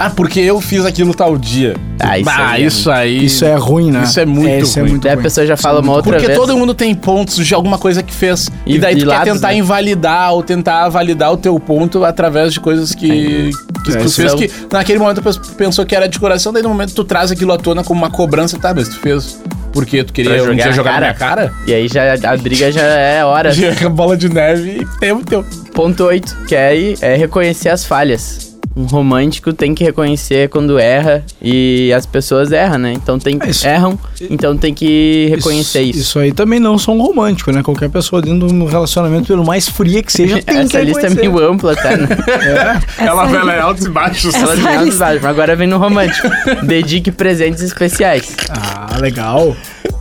Ah, porque eu fiz aquilo tal dia.
Ah, isso
bah,
aí é
isso aí.
Isso é ruim, né?
Isso é muito
isso
ruim.
É muito
Daí a
ruim.
pessoa já fala uma outra
Porque
vez.
todo mundo tem pontos de alguma coisa que fez. E,
E-
daí
e
tu quer
lados,
tentar
né?
invalidar ou tentar validar o teu ponto através de coisas que, que
É,
tu
isso
fez
é o-
que naquele momento tu pensou que era de coração, daí no momento tu traz aquilo à tona como uma cobrança, tá? Mas tu fez porque tu queria
Pra
um
jogar
dia
na
jogar na
cara?
minha cara?
E aí já, a briga já é
(laughs)
hora.
Joga bola de neve e tem o teu.
Ponto 8, que é, aí- é reconhecer as falhas. Um romântico tem que reconhecer quando erra e as pessoas erram, né? Então tem
É isso.
erram, então tem que reconhecer isso.
Isso aí também não são romântico, né? Qualquer pessoa dentro de um relacionamento, pelo mais fria
(laughs)
que seja, tem
Essa
que
lista é
reconhecer.
meio ampla, tá? Né?
Ela, ela é altos e baixos.
Ela tem
Essa
altos
lista.
vários, mas agora vem no romântico. Dedique presentes especiais.
Ah, legal.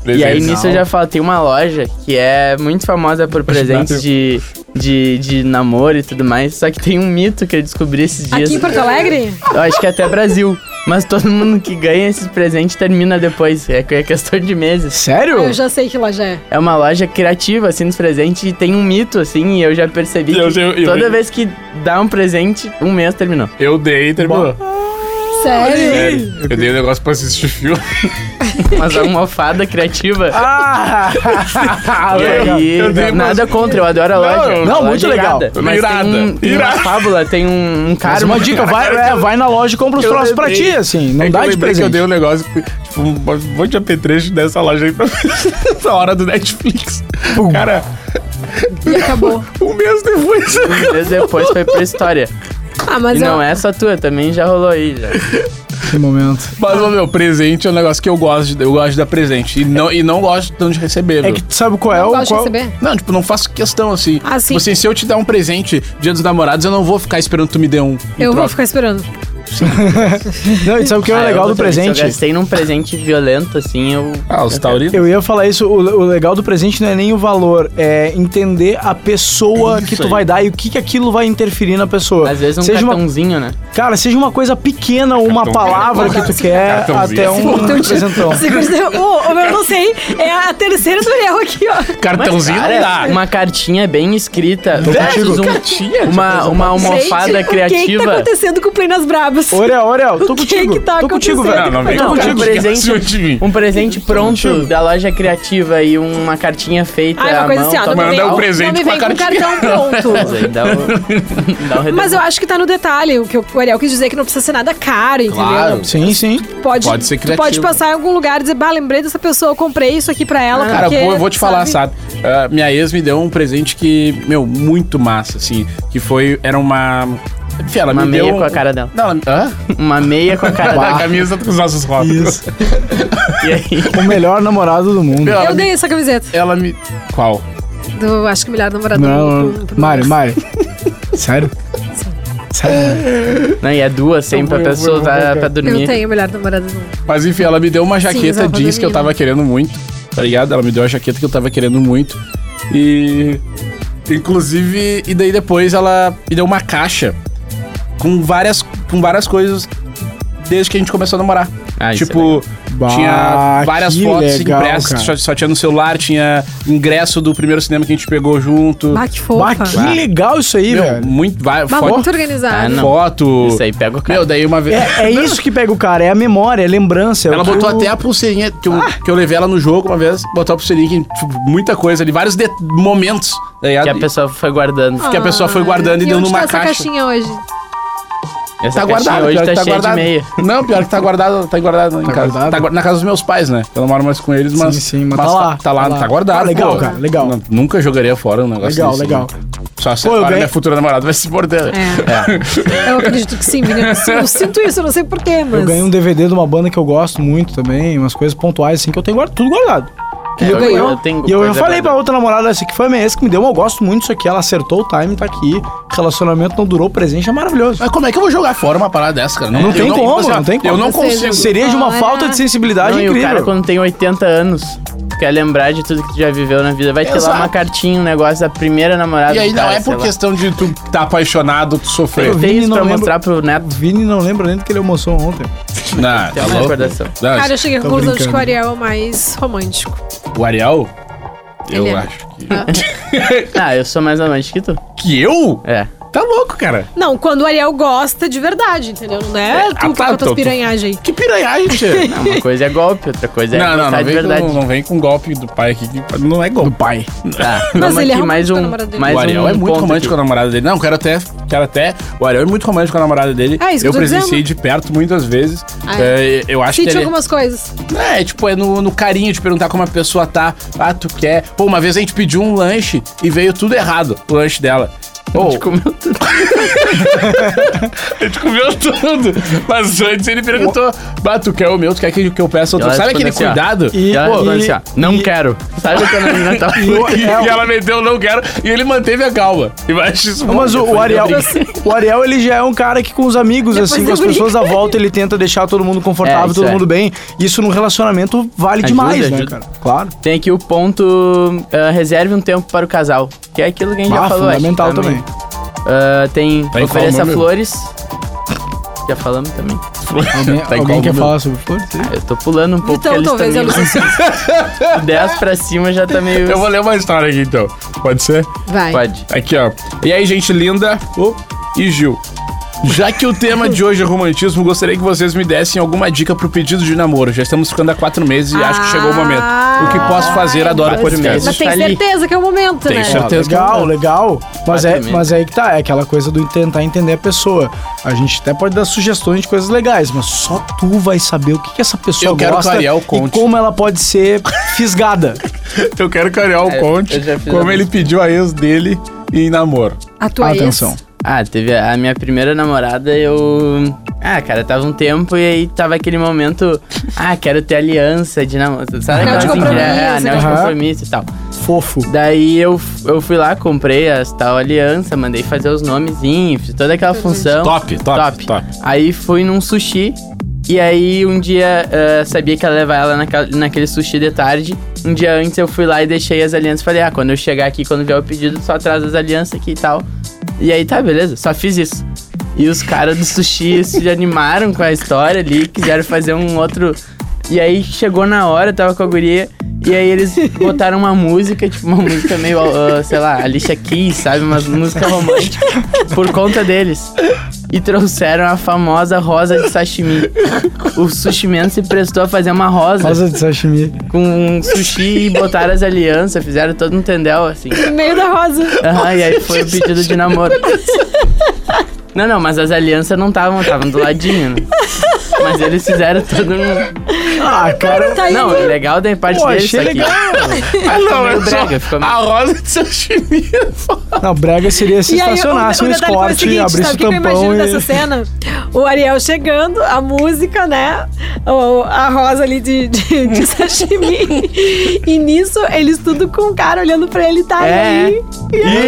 E aí nisso eu já falo, tem uma loja que é muito famosa por presentes de, de, de namoro e tudo mais. Só que tem um mito que eu descobri esses dias.
Aqui em Porto Alegre?
Eu acho que é até Brasil. Mas todo mundo que ganha esses presentes termina depois. É que- é questão de meses.
Sério?
Ah, Eu já sei que loja é.
É uma loja criativa, assim, dos presentes. E tem um mito, assim, e eu já percebi
Eu-
que
eu- eu-
toda vez que dá um presente, um mês terminou.
Eu dei e terminou.
Sério?
Sério. Eu dei um negócio pra assistir filme.
Mas é uma almofada
(laughs)
criativa.
Ah,
E aí,
eu dei
nada contra, eu adoro a loja.
eu-
A
Não,
loja
muito
é
legal.
irada, Mas
Irada,
tem, um- tem uma
irada.
fábula, tem um, um cara...
Mas uma dica, vai, é, vai na loja e compra os
Eu
troços pra
lembrei.
ti, assim.
É
Não
que eu
dá de
lembrei que eu
presente.
dei um negócio, tipo, um monte de apetrecho dessa loja aí pra (laughs) essa hora do Netflix. Cara,
E acabou.
um mês depois.
Um mês depois foi pra história.
Ah, mas
E
eu,
não é só tua, também já rolou aí. Já.
Que momento.
Mas, ô, meu, presente é um negócio que eu gosto de, eu gosto de dar presente. E não, e não gosto tanto de receber,
É
viu?
que tu sabe qual é
eu
o.
gosto de
Qual...
receber.
Não, tipo, não faço questão assim.
Ah, sim.
Tipo assim, se eu te dar um presente, dia dos namorados, eu não vou ficar esperando tu me dê um. em
Eu vou
troca.
ficar esperando.
Não, e sabe o que é o
Ah,
legal
eu
do
também, Se eu
presente?
gastei num presente violento, assim, eu...
Ah, os taurinos.
Eu ia falar isso, o, le- o legal do presente não é nem o valor, é entender a
É
pessoa
isso
que tu
aí.
vai dar e o que, que aquilo vai interferir na pessoa.
Às vezes um
seja uma,
cartãozinho, né?
Cara, seja uma coisa pequena, uma
Cartãozinho.
palavra que tu quer,
Cartãozinho.
até um
Então, tio,
presentão.
segura- Ô, ô, meu, não sei. É a terceira do Ariel aqui, ó.
Cartãozinho
Cara,
não dá.
Uma cartinha bem escrita.
Tô
versus
contigo.
um-
Cartinha?
uma, uma almofada
Gente, O que, que tá
criativa.
acontecendo com o Plenas Brabas?
Olha, olha, tô
O que
contigo.
que tá
tô contigo,
acontecendo?
velho.
Não,
é,
tô
não,
contigo.
um presente-
Esqueceu de mim.
um presente pronto da loja criativa e uma cartinha feita
Ai, uma
à
coisa
mão.
assim, ó, não
toma
me
Manda
vem,
um
tal.
presente
não me
com a
vem com
cartinha.
cartão
(laughs)
pronto.
Mas aí (laughs) dá um- dá um
Mas eu
redondo.
acho que tá no detalhe, o que o Ariel quis dizer é que não precisa ser nada caro, entendeu?
Claro.
Sim, sim.
Pode,
Pode ser
tu
criativo.
pode passar em algum lugar e dizer, bah, lembrei dessa pessoa, eu comprei isso aqui pra ela.
Cara,
porque,
vou- eu vou te falar, eh,
sabe?
sabe? Ah, minha ex me deu um presente que, meu, muito massa, assim. Que foi. Era uma. Enfim, ela
Uma
me
meia
deu
com a cara dela. Tá.
Não, ela... Hã?
Uma meia com a
A
cara dela.
camisa com os nossos rótulos.
Isso.
E aí?
O melhor namorado do mundo.
Meu, ela
Eu
me-
dei essa camiseta
Ela me... Qual?
do Acho que Melhor Namorador.
Não,
pro- pro-
Mário, Mário. Sério? Sério?
Não, e é duas sempre pra pessoa usar pra
Eu
dormir.
tenho o Melhor Namorado do Mundo.
Mas enfim, ela me deu uma
usava
jaqueta
pra
jeans que eu
dormir,
tava
né?
querendo muito, tá ligado? Ela me deu a jaqueta que eu tava querendo muito. E. Inclusive, e daí depois ela me deu uma caixa com várias, com várias coisas desde que a gente começou a namorar.
Ah, isso é
tipo,
Bah,
tinha várias
que
fotos
legal,
impressas, só,
cara.
só tinha no celular, tinha ingresso do primeiro cinema que a gente pegou junto.
Bah, que
Bah,
fofa.
que legal isso aí,
Meu,
velho.
muito, vai,
Bah,
foto,
muito organizado.
Ah, não.
foto.
Isso aí, pega o cara.
Meu, daí uma vez.
É, é isso que pega o cara, é a memória, é a lembrança. é o
Ela
que
botou
o-
até a pulseirinha que eu,
Ah!
que eu levei ela no jogo uma vez, botou a pulseirinha que, tipo, muita coisa ali, vários de- momentos. tá ligado?
Que a pessoa foi guardando.
Tá
que a pessoa foi
Ah,
guardando e deu
onde
numa
tá essa
caixa.
caixinha hoje?
Essa
Tá
caixinha
guardado,
hoje
pior
tá,
que tá
cheia
guardado.
de meia.
Não, pior que tá guardado, tá guardado em casa.
guardado?
Tá guar- na casa dos meus pais, né? Eu não moro mais com eles, mas.
Sim, sim, mas tá lá,
Tá lá,
tá
tá,
lá.
guardado.
Ah, legal,
pô.
cara, legal.
Não, nunca jogaria fora um negócio
Legal,
desse,
legal.
né? Só se
Pô, eu
agora
ganhei-
minha futura namorada vai se morder.
É. Eu acredito que sim, Vini. Eu-
(laughs)
Eu sinto isso, eu não sei porquê, mas.
Eu ganhei um DVD de uma banda que eu gosto muito também, umas coisas pontuais assim que eu tenho guarda- tudo guardado.
É,
eu ganhou.
tenho
E eu, eu
coisa
falei pra
guardada.
outra namorada, essa aqui foi a minha ex que me deu, eu gosto muito disso aqui, ela acertou o time, tá aqui. Relacionamento não durou, presente é maravilhoso.
Mas como é que eu vou jogar fora uma parada dessa, cara?
Não
eu
tem como,
assim, ó,
não tem como.
Eu não
Ou seja,
consigo.
Seria de uma
Olha.
falta de sensibilidade
Não, e o
incrível.
cara quando tem 80 anos, tu quer lembrar de tudo que tu já viveu na vida, vai ter lá
Exato.
uma cartinha, um negócio da primeira namorada
E aí
do
não
cara,
é
sei
por
lá.
questão de tu tá apaixonado, tu sofrer.
Eu tenho
Vini
isso
não
pra
lembra-
mostrar pro
O
Neto.
Vini não lembra nem do que ele almoçou ontem.
Não,
Tem
tá
uma
louco?
recordação.
Não,
Cara, eu cheguei à
Tô
conclusão de
tá brincando.
que o Ariel é o mais romântico.
O Ariel?
Ele
eu
é.
acho que.
Ah, eu sou mais amante que tu.
Que eu?
É.
Tá louco, cara.
Não, quando o Ariel gosta de verdade, entendeu? Não é tu
ah, tá,
com as tuas
tô-
piranhagens aí.
Que piranhagem, (laughs) tia.
Não, uma coisa é golpe, outra coisa é
não, não,
gostar
não
de
vem,
verdade.
com, um não vem com golpe do pai aqui. que Não é golpe. Do pai.
Tá,
Mas
vamos
ele é
aqui, mais
romântico,
um,
namorado dele.
mais
o Ariel
um
é muito
ponto
romântico com a namorada dele. Não, quero até. Quero até. O Ariel é muito romântico com a namorada dele.
É isso que
eu
eu tô
presenciei de
dizendo.
perto muitas vezes.
Ah,
É, eu acho
Sente
que. Ele...
algumas coisas.
É, tipo, é no, no carinho de perguntar como a pessoa tá. Ah, tu quer. Pô, uma vez a gente pediu um lanche e veio tudo errado o lanche dela. Pô,
aqui. Comeu tudo.
A gente (laughs) comeu tudo. Mas antes ele perguntou: Bah, tu quer o meu, tu quer que que eu peça outro?
Ela
Sabe aquele
respondeu assim, ó.
cuidado?
E-
E ela
pô,
respondeu assim,
e-
ó, não
e-
quero. Sabe quando a menina
(laughs)
tá...
E, e ela meteu, não quero. E ele manteve a calma. E eu acho isso
Não, Mas o,
bom.
o Ariel, o Ariel, ele já é um cara que com os amigos,
Depois
assim, com
eu
as pessoas à volta, ele tenta deixar todo mundo
É,
confortável,
isso
todo
é.
mundo bem. Isso num relacionamento vale
Ajuda,
demais, né,
ajuda.
cara? Claro.
Tem aqui o ponto, ah, reserve um tempo para o casal. Que é aquilo que tá a gente
Ah,
já falou, acho,
fundamental também.
Ah, tem
Tá em qual
ofereça
né?
número?
flores. Já falamos também.
(laughs)
Alguém,
Tá em
alguém
qual
quer
número?
falar sobre flores?
Ah, Eu tô pulando um pouco.
Então,
porque eles
talvez
também-
eu não sei. (laughs)
10 pra cima já tá meio.
Eu vou ler uma história aqui então. Pode ser?
Vai.
Pode.
Aqui, ó. E aí, gente linda Ô, e Gil. Já que o tema de hoje é romantismo, gostaria que vocês me dessem alguma dica pro pedido de namoro. Já estamos ficando há quatro meses e acho que chegou o momento. O que posso fazer? Adoro
Ah,
podcast.
Mas tem
Ali.
certeza que é o momento,
Tem
né?
certeza.
Ah, legal, legal. Mas é,
Exatamente.
mas é aí que tá, é aquela coisa do tentar entender a pessoa. A gente até pode dar sugestões de coisas legais, mas só tu vai saber o que, que essa pessoa
Eu quero
gosta
que o Ariel
e
conte.
como ela pode ser fisgada.
Eu quero que o Ariel
É,
conte
eu já fiz
como
a
ele pediu a ex dele em namoro.
A tua ex.
Atenção.
Ah, teve a, a minha primeira namorada, eu. Ah, cara, tava um tempo e aí tava aquele momento. Ah, quero ter aliança de namoro. Sabe aquela
Anel de
assim, que
compromisso,
é, anel de
né?
compromisso e tal.
Fofo.
Daí eu, eu fui lá, comprei as tal aliança, mandei fazer os nomezinhos, fiz toda aquela função.
Top, top, top.
Aí fui num sushi. E aí um dia ah, sabia que ia levar ela naquela- naquele sushi de tarde. Um dia antes eu fui lá e deixei as alianças. Falei, ah, quando eu chegar aqui, quando vier o pedido, só traz as alianças aqui e tal. E aí tá, beleza, só fiz isso. E os caras do sushi se (laughs) animaram com a história ali, quiseram fazer um outro. E aí chegou na hora, eu tava com a guria. E aí eles botaram uma música, tipo uma música meio, ah, sei lá, Alicia Keys, sabe? Umas músicas românticas por conta deles. E trouxeram a famosa rosa de sashimi. O sushi man se prestou a fazer uma rosa
Rosa de sashimi.
com um sushi e botaram as alianças, fizeram todo um tendel assim.
No meio da rosa.
Aham, e aí foi o pedido de namoro. Não, não, mas as alianças não estavam, estavam do ladinho, né? Mas eles fizeram todo um.
Ah, cara.
Tá
Não, o legal da parte
Pô,
dele é isso
achei
aqui.
legal.
Ah, não, é
meio
só
brega, ficou meio-
a rosa de seu chinelo.
Não, brega seria se
E aí, o,
estacionasse
o
um
detalhe foi o
escorte,
seguinte, sabe
abrisse
o
o
que eu imagino
tampão
dessa
e.
cena? O Ariel chegando, a música, né? O- a rosa ali de, de, de sashimi. e nisso, eles tudo com o cara olhando pra ele, tá
É.
aí.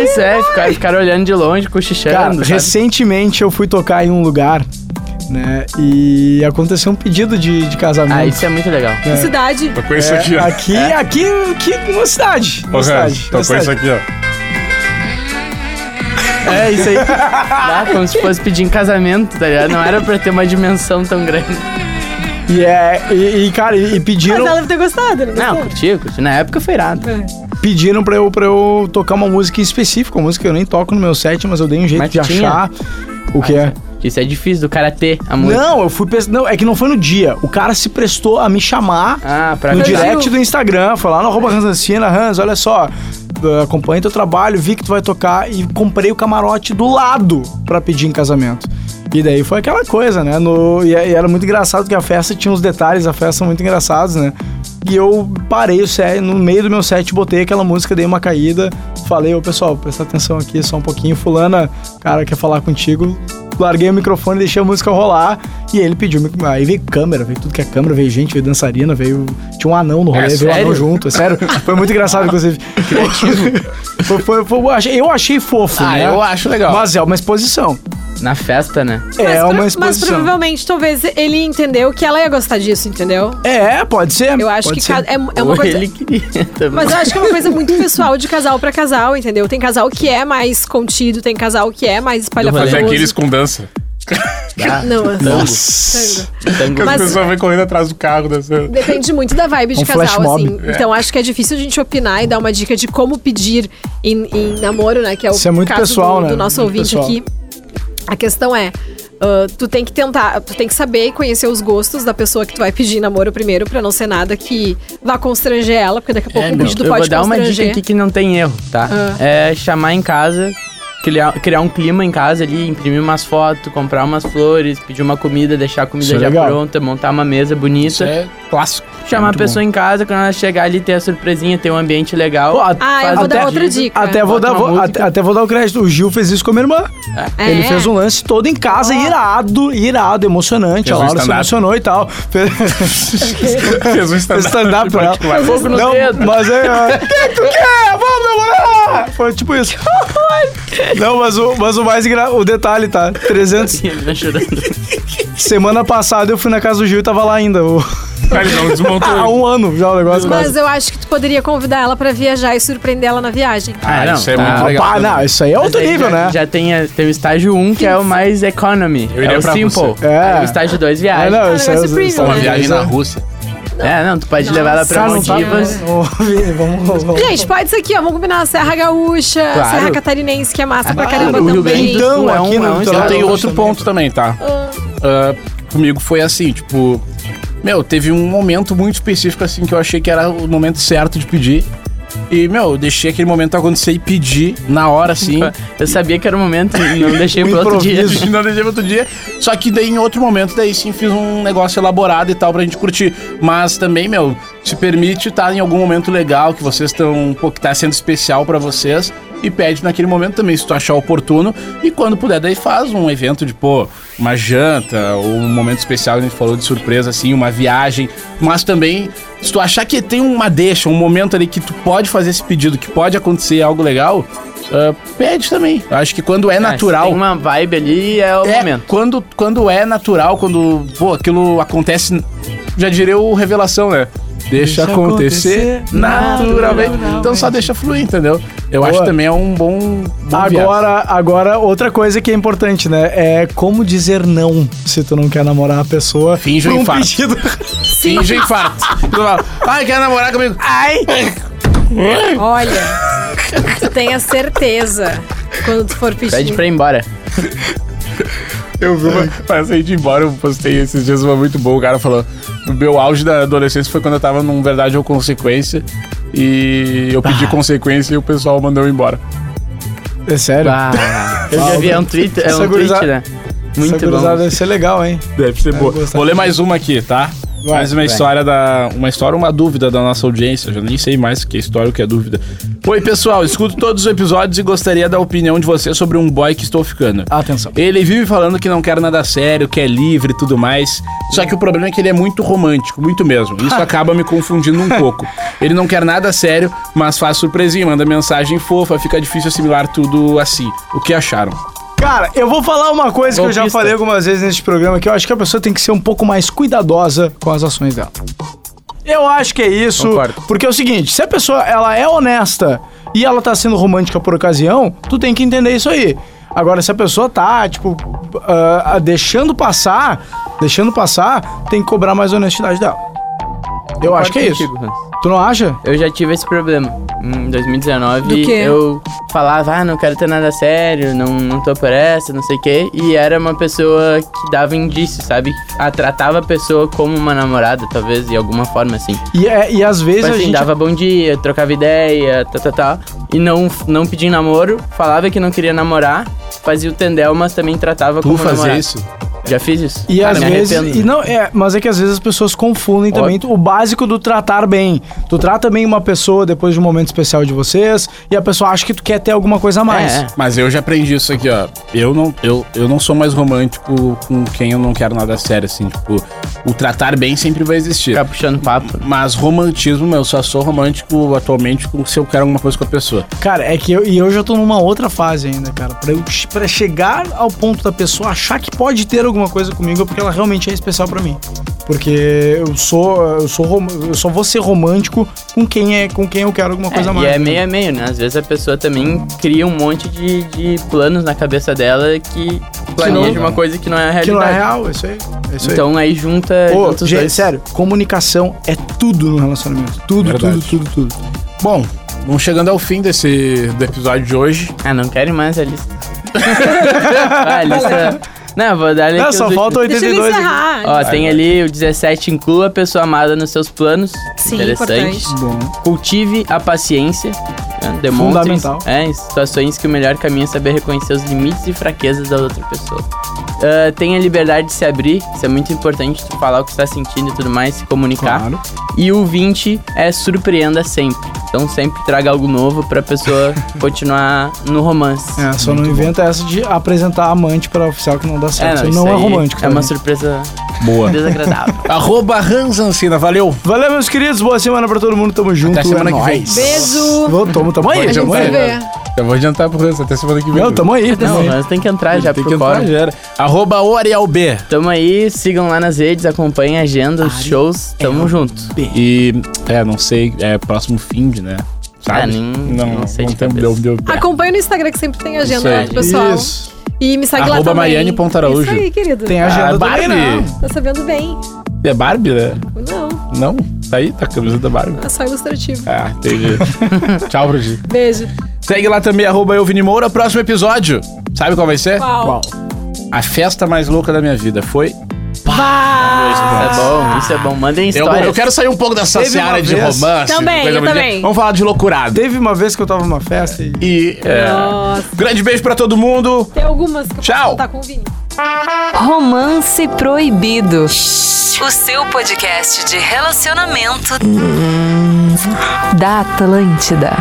Isso, é, ficar- ficaram olhando de longe,
Cara,
cochichando. sabe?
recentemente eu fui tocar em um lugar, né? E aconteceu um pedido de, de casamento.
Ah, isso é muito legal.
Que cidade.
Tô com isso É, aqui, ó.
Aqui,
É.
aqui, aqui, numa cidade. Numa cidade.
Tô
numa
com isso
cidade.
aqui, ó.
É, isso aí. Lá, como se fosse pedir em casamento, tá ligado? Não era pra ter uma dimensão tão grande.
E, é, e, e, cara, e e
Mas
pediram,
ela deve ter gostado, né? não
Não,
gostou?
curti, curti. Na época foi irado.
É.
pediram pra, eu, pra eu tocar uma música em específico, uma música que eu nem toco no meu set, mas eu dei um jeito
Mas
de
tinha?
achar o
Ah,
que é.
Isso é difícil do cara ter a música.
Não, eu fui pes- Não, é que não foi no dia. O cara se prestou a me chamar
Ah, pra
no
cantar.
direct do Instagram, foi lá no arroba Hans Ancina, Hans, olha só, eh, acompanha teu trabalho, vi que tu vai tocar e comprei o camarote do lado pra pedir em casamento. E daí foi aquela coisa, né? No, e, e era muito engraçado que a festa tinha uns detalhes, a festa muito engraçados, né? E eu parei o set, no meio do meu set, botei aquela música, dei uma caída, falei, ô pessoal, presta atenção aqui só um pouquinho, fulana, cara, quer falar contigo. Larguei o microfone, deixei a música rolar e ele pediu. mic- Aí veio câmera, veio tudo que é câmera, veio gente, veio dançarina, veio. Tinha um anão no rolê,
É
veio um anão
sério?
junto, é sério. Foi muito engraçado, inclusive. foi, foi- foi- eu achei- eu achei fofo,
Ah,
né?
eu acho legal.
Mas é uma exposição.
Na festa, né?
é
pro-
uma
mas
exposição.
provavelmente, talvez ele entendeu que ela ia gostar disso, entendeu?
é, pode ser.
Eu acho
pode
que
ser.
ca- é, é uma
Ou
coisa.
ele queria também.
Mas eu acho que é uma coisa muito pessoal de casal pra casal, entendeu? Tem casal que é mais contido, tem casal que é mais
Mas
espalhafatoso.
Fazer aqueles com dança.
Não, assim,
Nossa.
tango.
Que
Tango.
Mas-
as pessoas vêm correndo atrás do carro dançando.
Depende muito da vibe de
Um flash
casal,
mob.
assim. Então acho que é difícil a gente opinar e dar uma dica de como pedir em, em namoro, né? Que é o
Isso é muito
caso
pessoal,
do, do
né?
nosso
Muito
ouvinte
pessoal.
aqui. A questão é. ah, tu tem que tentar, tu tem que saber e conhecer os gostos da pessoa que tu vai pedir namoro primeiro, pra não ser nada que vá constranger ela, porque daqui a pouco
É,
o
não.
pedido
Eu
pode
vou dar uma dica
constranger.
aqui que não tem erro, tá?
Ah.
É chamar em casa, criar, criar um clima em casa ali, imprimir umas fotos, comprar umas flores, pedir uma comida, deixar a comida
Isso é
já
legal.
pronta, montar uma mesa bonita.
é clássico.
Chamar
muito
a pessoa em casa, quando ela chegar ali, ter a surpresinha, ter um ambiente legal.
Pô, a-
Ah, eu
Faz
vou
um
dar outra
pedido.
dica.
Até vou,
Bota
dar,
uma
vou-
música.
até, até vou dar o crédito. O Gil fez isso com a minha irmã.
É.
Ele fez um lance todo em casa, irado, irado, emocionante.
Fez
a
um
Laura se
stand-up.
emocionou e tal. Fez
(laughs) Fez um
Tá (laughs) stand-up pra ela.
particular.
Fogo no
Não,
dedo.
mas é. é, (laughs) Quem tu quer? Vamos namorar! Foi tipo isso. Não, mas o, mas o mais engraçado. O detalhe, tá?
(laughs)
300.
Ele tá chorando.
Semana passada eu fui na casa do Gil e tava lá ainda. o-
Ele não
Ah.
desmontou.
Há um ano já o negócio
Mas
quase.
eu acho que tu poderia convidar ela pra viajar e surpreender ela na viagem.
Ah,
não,
isso é
tá.
muito legal.
Pá, não, isso aí é outro
Mas aí
nível,
já,
né?
Já tem, a- tem o estágio 1, que é o mais economy.
Eu
é
iria
o
pra
simple.
Rússia.
É.
Aí o estágio 2
Ah,
viagem.
não,
Ah,
isso aí
vai ser
é- isso aí
premium,
Uma
é-
né?
viagem na Rússia.
É, não, tu pode
Nossa.
levar ela pra
Cara, não tá-
Maldivas.
Ô, Vini, (laughs) vamos, vamos- vamos.
Gente, pode ser aqui, ó. Vamos combinar Serra Gaúcha,
Claro.
Serra Catarinense, que é massa pra caramba
Ah, o Rio
também.
Grande do
Então,
Sul é um-
aqui
é
no
um
litoral
Eu tenho
norte
outro
também.
ponto também, tá? Ah, comigo foi assim, tipo. Meu, teve um momento muito específico, assim, que eu achei que era o momento certo de pedir. E, meu, eu deixei aquele momento acontecer e pedi na hora,
(laughs)
assim.
Eu sabia que era o momento e não deixei
(laughs) Um
pro outro dia. (laughs)
(laughs)
improviso.
Não deixei pra outro dia. Só que daí, em outro momento, daí sim fiz um negócio elaborado e tal pra gente curtir. Mas também, meu, se permite estar em algum momento legal que vocês estão. pô, que tá sendo especial pra vocês. E pede naquele momento também, se tu achar oportuno. E quando puder, daí faz um evento de, pô, uma janta, ou um momento especial, a gente falou de surpresa, assim, uma viagem. Mas também, se tu achar que tem uma deixa, um momento ali que tu pode fazer esse pedido, que pode acontecer algo legal, ah, pede também. Eu Acho que quando é
Ah, se
natural.
Tem uma vibe ali é o
É,
momento.
Quando, quando é natural, quando pô, aquilo acontece, já diria o revelação, né? Deixa,
Deixa
acontecer,
acontecer
naturalmente.
naturalmente.
Então só deixa fluir, entendeu? Eu acho
Boa.
também é um bom, bom viés.
Agora, agora, outra coisa que é importante, né? É como dizer não se tu não quer namorar a pessoa.
Finge um
pra um
infarto.
pedido. (laughs)
Finge infarto. Tu fala, Ai, quer namorar comigo? (laughs)
Ai!
Olha, tu tenha certeza quando tu for pedir.
Pede pra ir embora.
Eu vi uma. Parece a gente ir embora, eu postei esses dias uma muito boa. O cara falou: o meu auge da adolescência foi quando eu tava num verdade ou consequência. E eu
Ah.
pedi consequência e o pessoal mandou eu embora.
É sério?
Ah,
(laughs)
eu já vi, é um tweet, é
Essa
um tweet,
gurizada-
né? Muito
Essa
bom.
gurizada Deve ser legal, hein?
Deve ser boa.
gostava
Vou ler mais uma aqui, tá? Mais uma história da. Uma história, uma dúvida da nossa audiência. Eu já nem sei mais o que é história, o que é dúvida. Oi, pessoal, escuto todos os episódios e gostaria da opinião de você sobre um boy que estou ficando.
Atenção.
Ele vive falando que não quer nada sério, que é livre e tudo mais. Só que o problema é que ele é muito romântico, muito mesmo. Isso acaba me confundindo um pouco. Ele não quer nada sério, mas faz surpresinha, manda mensagem fofa, fica difícil assimilar tudo assim. O que acharam?
Cara, eu vou falar uma coisa que eu já
Golpista.
falei algumas vezes nesse programa, que eu acho que a pessoa tem que ser um pouco mais cuidadosa com as ações dela. Eu acho que é isso,
Concordo.
porque é o seguinte, se a pessoa ela é honesta e ela tá sendo romântica por ocasião, tu tem que entender isso aí. Agora, se a pessoa tá, tipo, ah, ah, deixando passar, deixando passar, tem que cobrar mais honestidade dela. Eu acho que é isso. Tu não acha?
Eu já tive esse problema. Em 2019,
Do quê?
eu falava, ah, não quero ter nada sério, não, não tô por essa, não sei o quê. E era uma pessoa que dava indícios, sabe? Ah, tratava a pessoa como uma namorada, talvez, de alguma forma, assim.
E, é- e às vezes
Tipo
a
assim,
gente...
dava bom dia, trocava ideia, tá, tá, tá. E não, não pedia em namoro, falava que não queria namorar, fazia o tendel, mas também tratava
Tu
como
fazer
namorado.
isso?
Já fiz isso.
E
Cara,
às
me
vezes.
arrependo. né?
E não, é, mas é que às vezes as pessoas confundem também o básico do tratar bem. Tu trata bem uma pessoa depois de um momento especial de vocês e a pessoa acha que tu quer ter alguma coisa a mais.
É, é.
Mas eu já aprendi isso aqui, ó. Eu não, eu, eu não sou mais romântico com quem eu não quero nada sério, assim. Tipo, o tratar bem sempre vai existir.
Ficar puxando papo.
Mas romantismo, meu, eu só sou romântico atualmente com- se eu quero alguma coisa com a pessoa.
Cara, é que eu, e eu já tô numa outra fase ainda, cara. Pra, eu, che- pra chegar ao ponto da pessoa achar que pode ter alguma coisa comigo é porque ela realmente é especial pra mim. Porque eu sou. Eu sou rom- eu só vou ser romântico com quem é com quem eu quero alguma coisa
É,
a mais.
e é
né?
meio a meio, né? Às vezes a pessoa também cria um monte de, de planos na cabeça dela que planeja
não-
uma coisa que não é a realidade.
que não é real, é isso aí. É isso aí.
Então aí junta,
Ô,
junta os
gente,
dois.
sério, comunicação é tudo no relacionamento. Tudo,
Verdade.
tudo, tudo, tudo.
Bom, vamos chegando ao fim desse do episódio de hoje.
Ah, não querem mais a
(laughs)
lista. ah, a lista... Não, vou dar ali
Não,
aqui
Ah, só
os
falta
últimos.
Deixa ele
82. aqui.
encerrar.
Ó, tem ali o 17, inclua a pessoa amada nos seus planos.
Sim,
Interessante.
importante.
Bom.
Cultive a paciência. Né? Demonstre
Fundamental.
é, em situações que o melhor caminho é saber reconhecer os limites e fraquezas da outra pessoa. Ah, tenha liberdade de se abrir, isso é muito importante, tu falar o que está sentindo e tudo mais, se
Tá?
comunicar.
Claro.
E o 20 é surpreenda sempre. Então sempre traga algo novo pra
(laughs)
pessoa continuar no romance.
É, só não inventa essa de apresentar amante pra oficial que não dá certo. isso
isso
não é
aí
romântico.
É uma
também.
surpresa
Boa.
(laughs)
desagradável.
Arroba Ransancina, valeu.
Valeu, meus queridos. Boa semana pra todo mundo. Tamo junto.
Até semana
é
que vem.
nóis.
Beijo.
Vou, tamo, tamo aí.
Pois
A
Tamo
gente se
aí.
vê.
Eu vou adiantar pro Hans até semana que vem.
Não, tamo aí. Tamo
Não, é-
aí.
mas tem que entrar já
Tem que
pro
entrar,
fora.
já era. Arroba Orial B.
Tamo aí, sigam lá nas redes, acompanhem a agenda, os shows. Tamo junto.
E, é, não sei, é próximo fim de, né? Sabe?
Ah, nem- não sei de
tem-
cabeça.
deu- deu-
Acompanhe no Instagram que sempre tem
Isso
agenda
aí.
lá pro pessoal.
Isso.
E me segue lá
Arroba
também.
Maiane Ponta Araújo.
Isso aí, querido.
Tem
Ah,
agenda
Barbie.
também, né?
Tá sabendo bem.
É Barbie, né?
Ou Não,
Não? Tá aí, tá a camisa da Barbie.
é só ilustrativo.
Ah,
(laughs)
entendi. Tchau, Brudi.
Beijo.
Segue lá também, arroba eu, Vini Moura. Próximo episódio, sabe qual vai ser?
Qual?
A festa mais louca da minha vida foi...
Isso é bom, isso é bom. Mandem
Eu,
histórias.
eu quero sair um pouco dessa
Teve
seara
uma
de
vez-
romance.
Também,
de coisa
eu
bonita.
também.
Vamos falar de loucurada.
Teve uma vez que eu tava numa festa e.
E... é,
Nossa.
Grande beijo pra todo mundo.
Tem algumas que eu posso
Tchau.
contar com o Vini.
Romance Proibido. O seu podcast de relacionamento da Atlântida.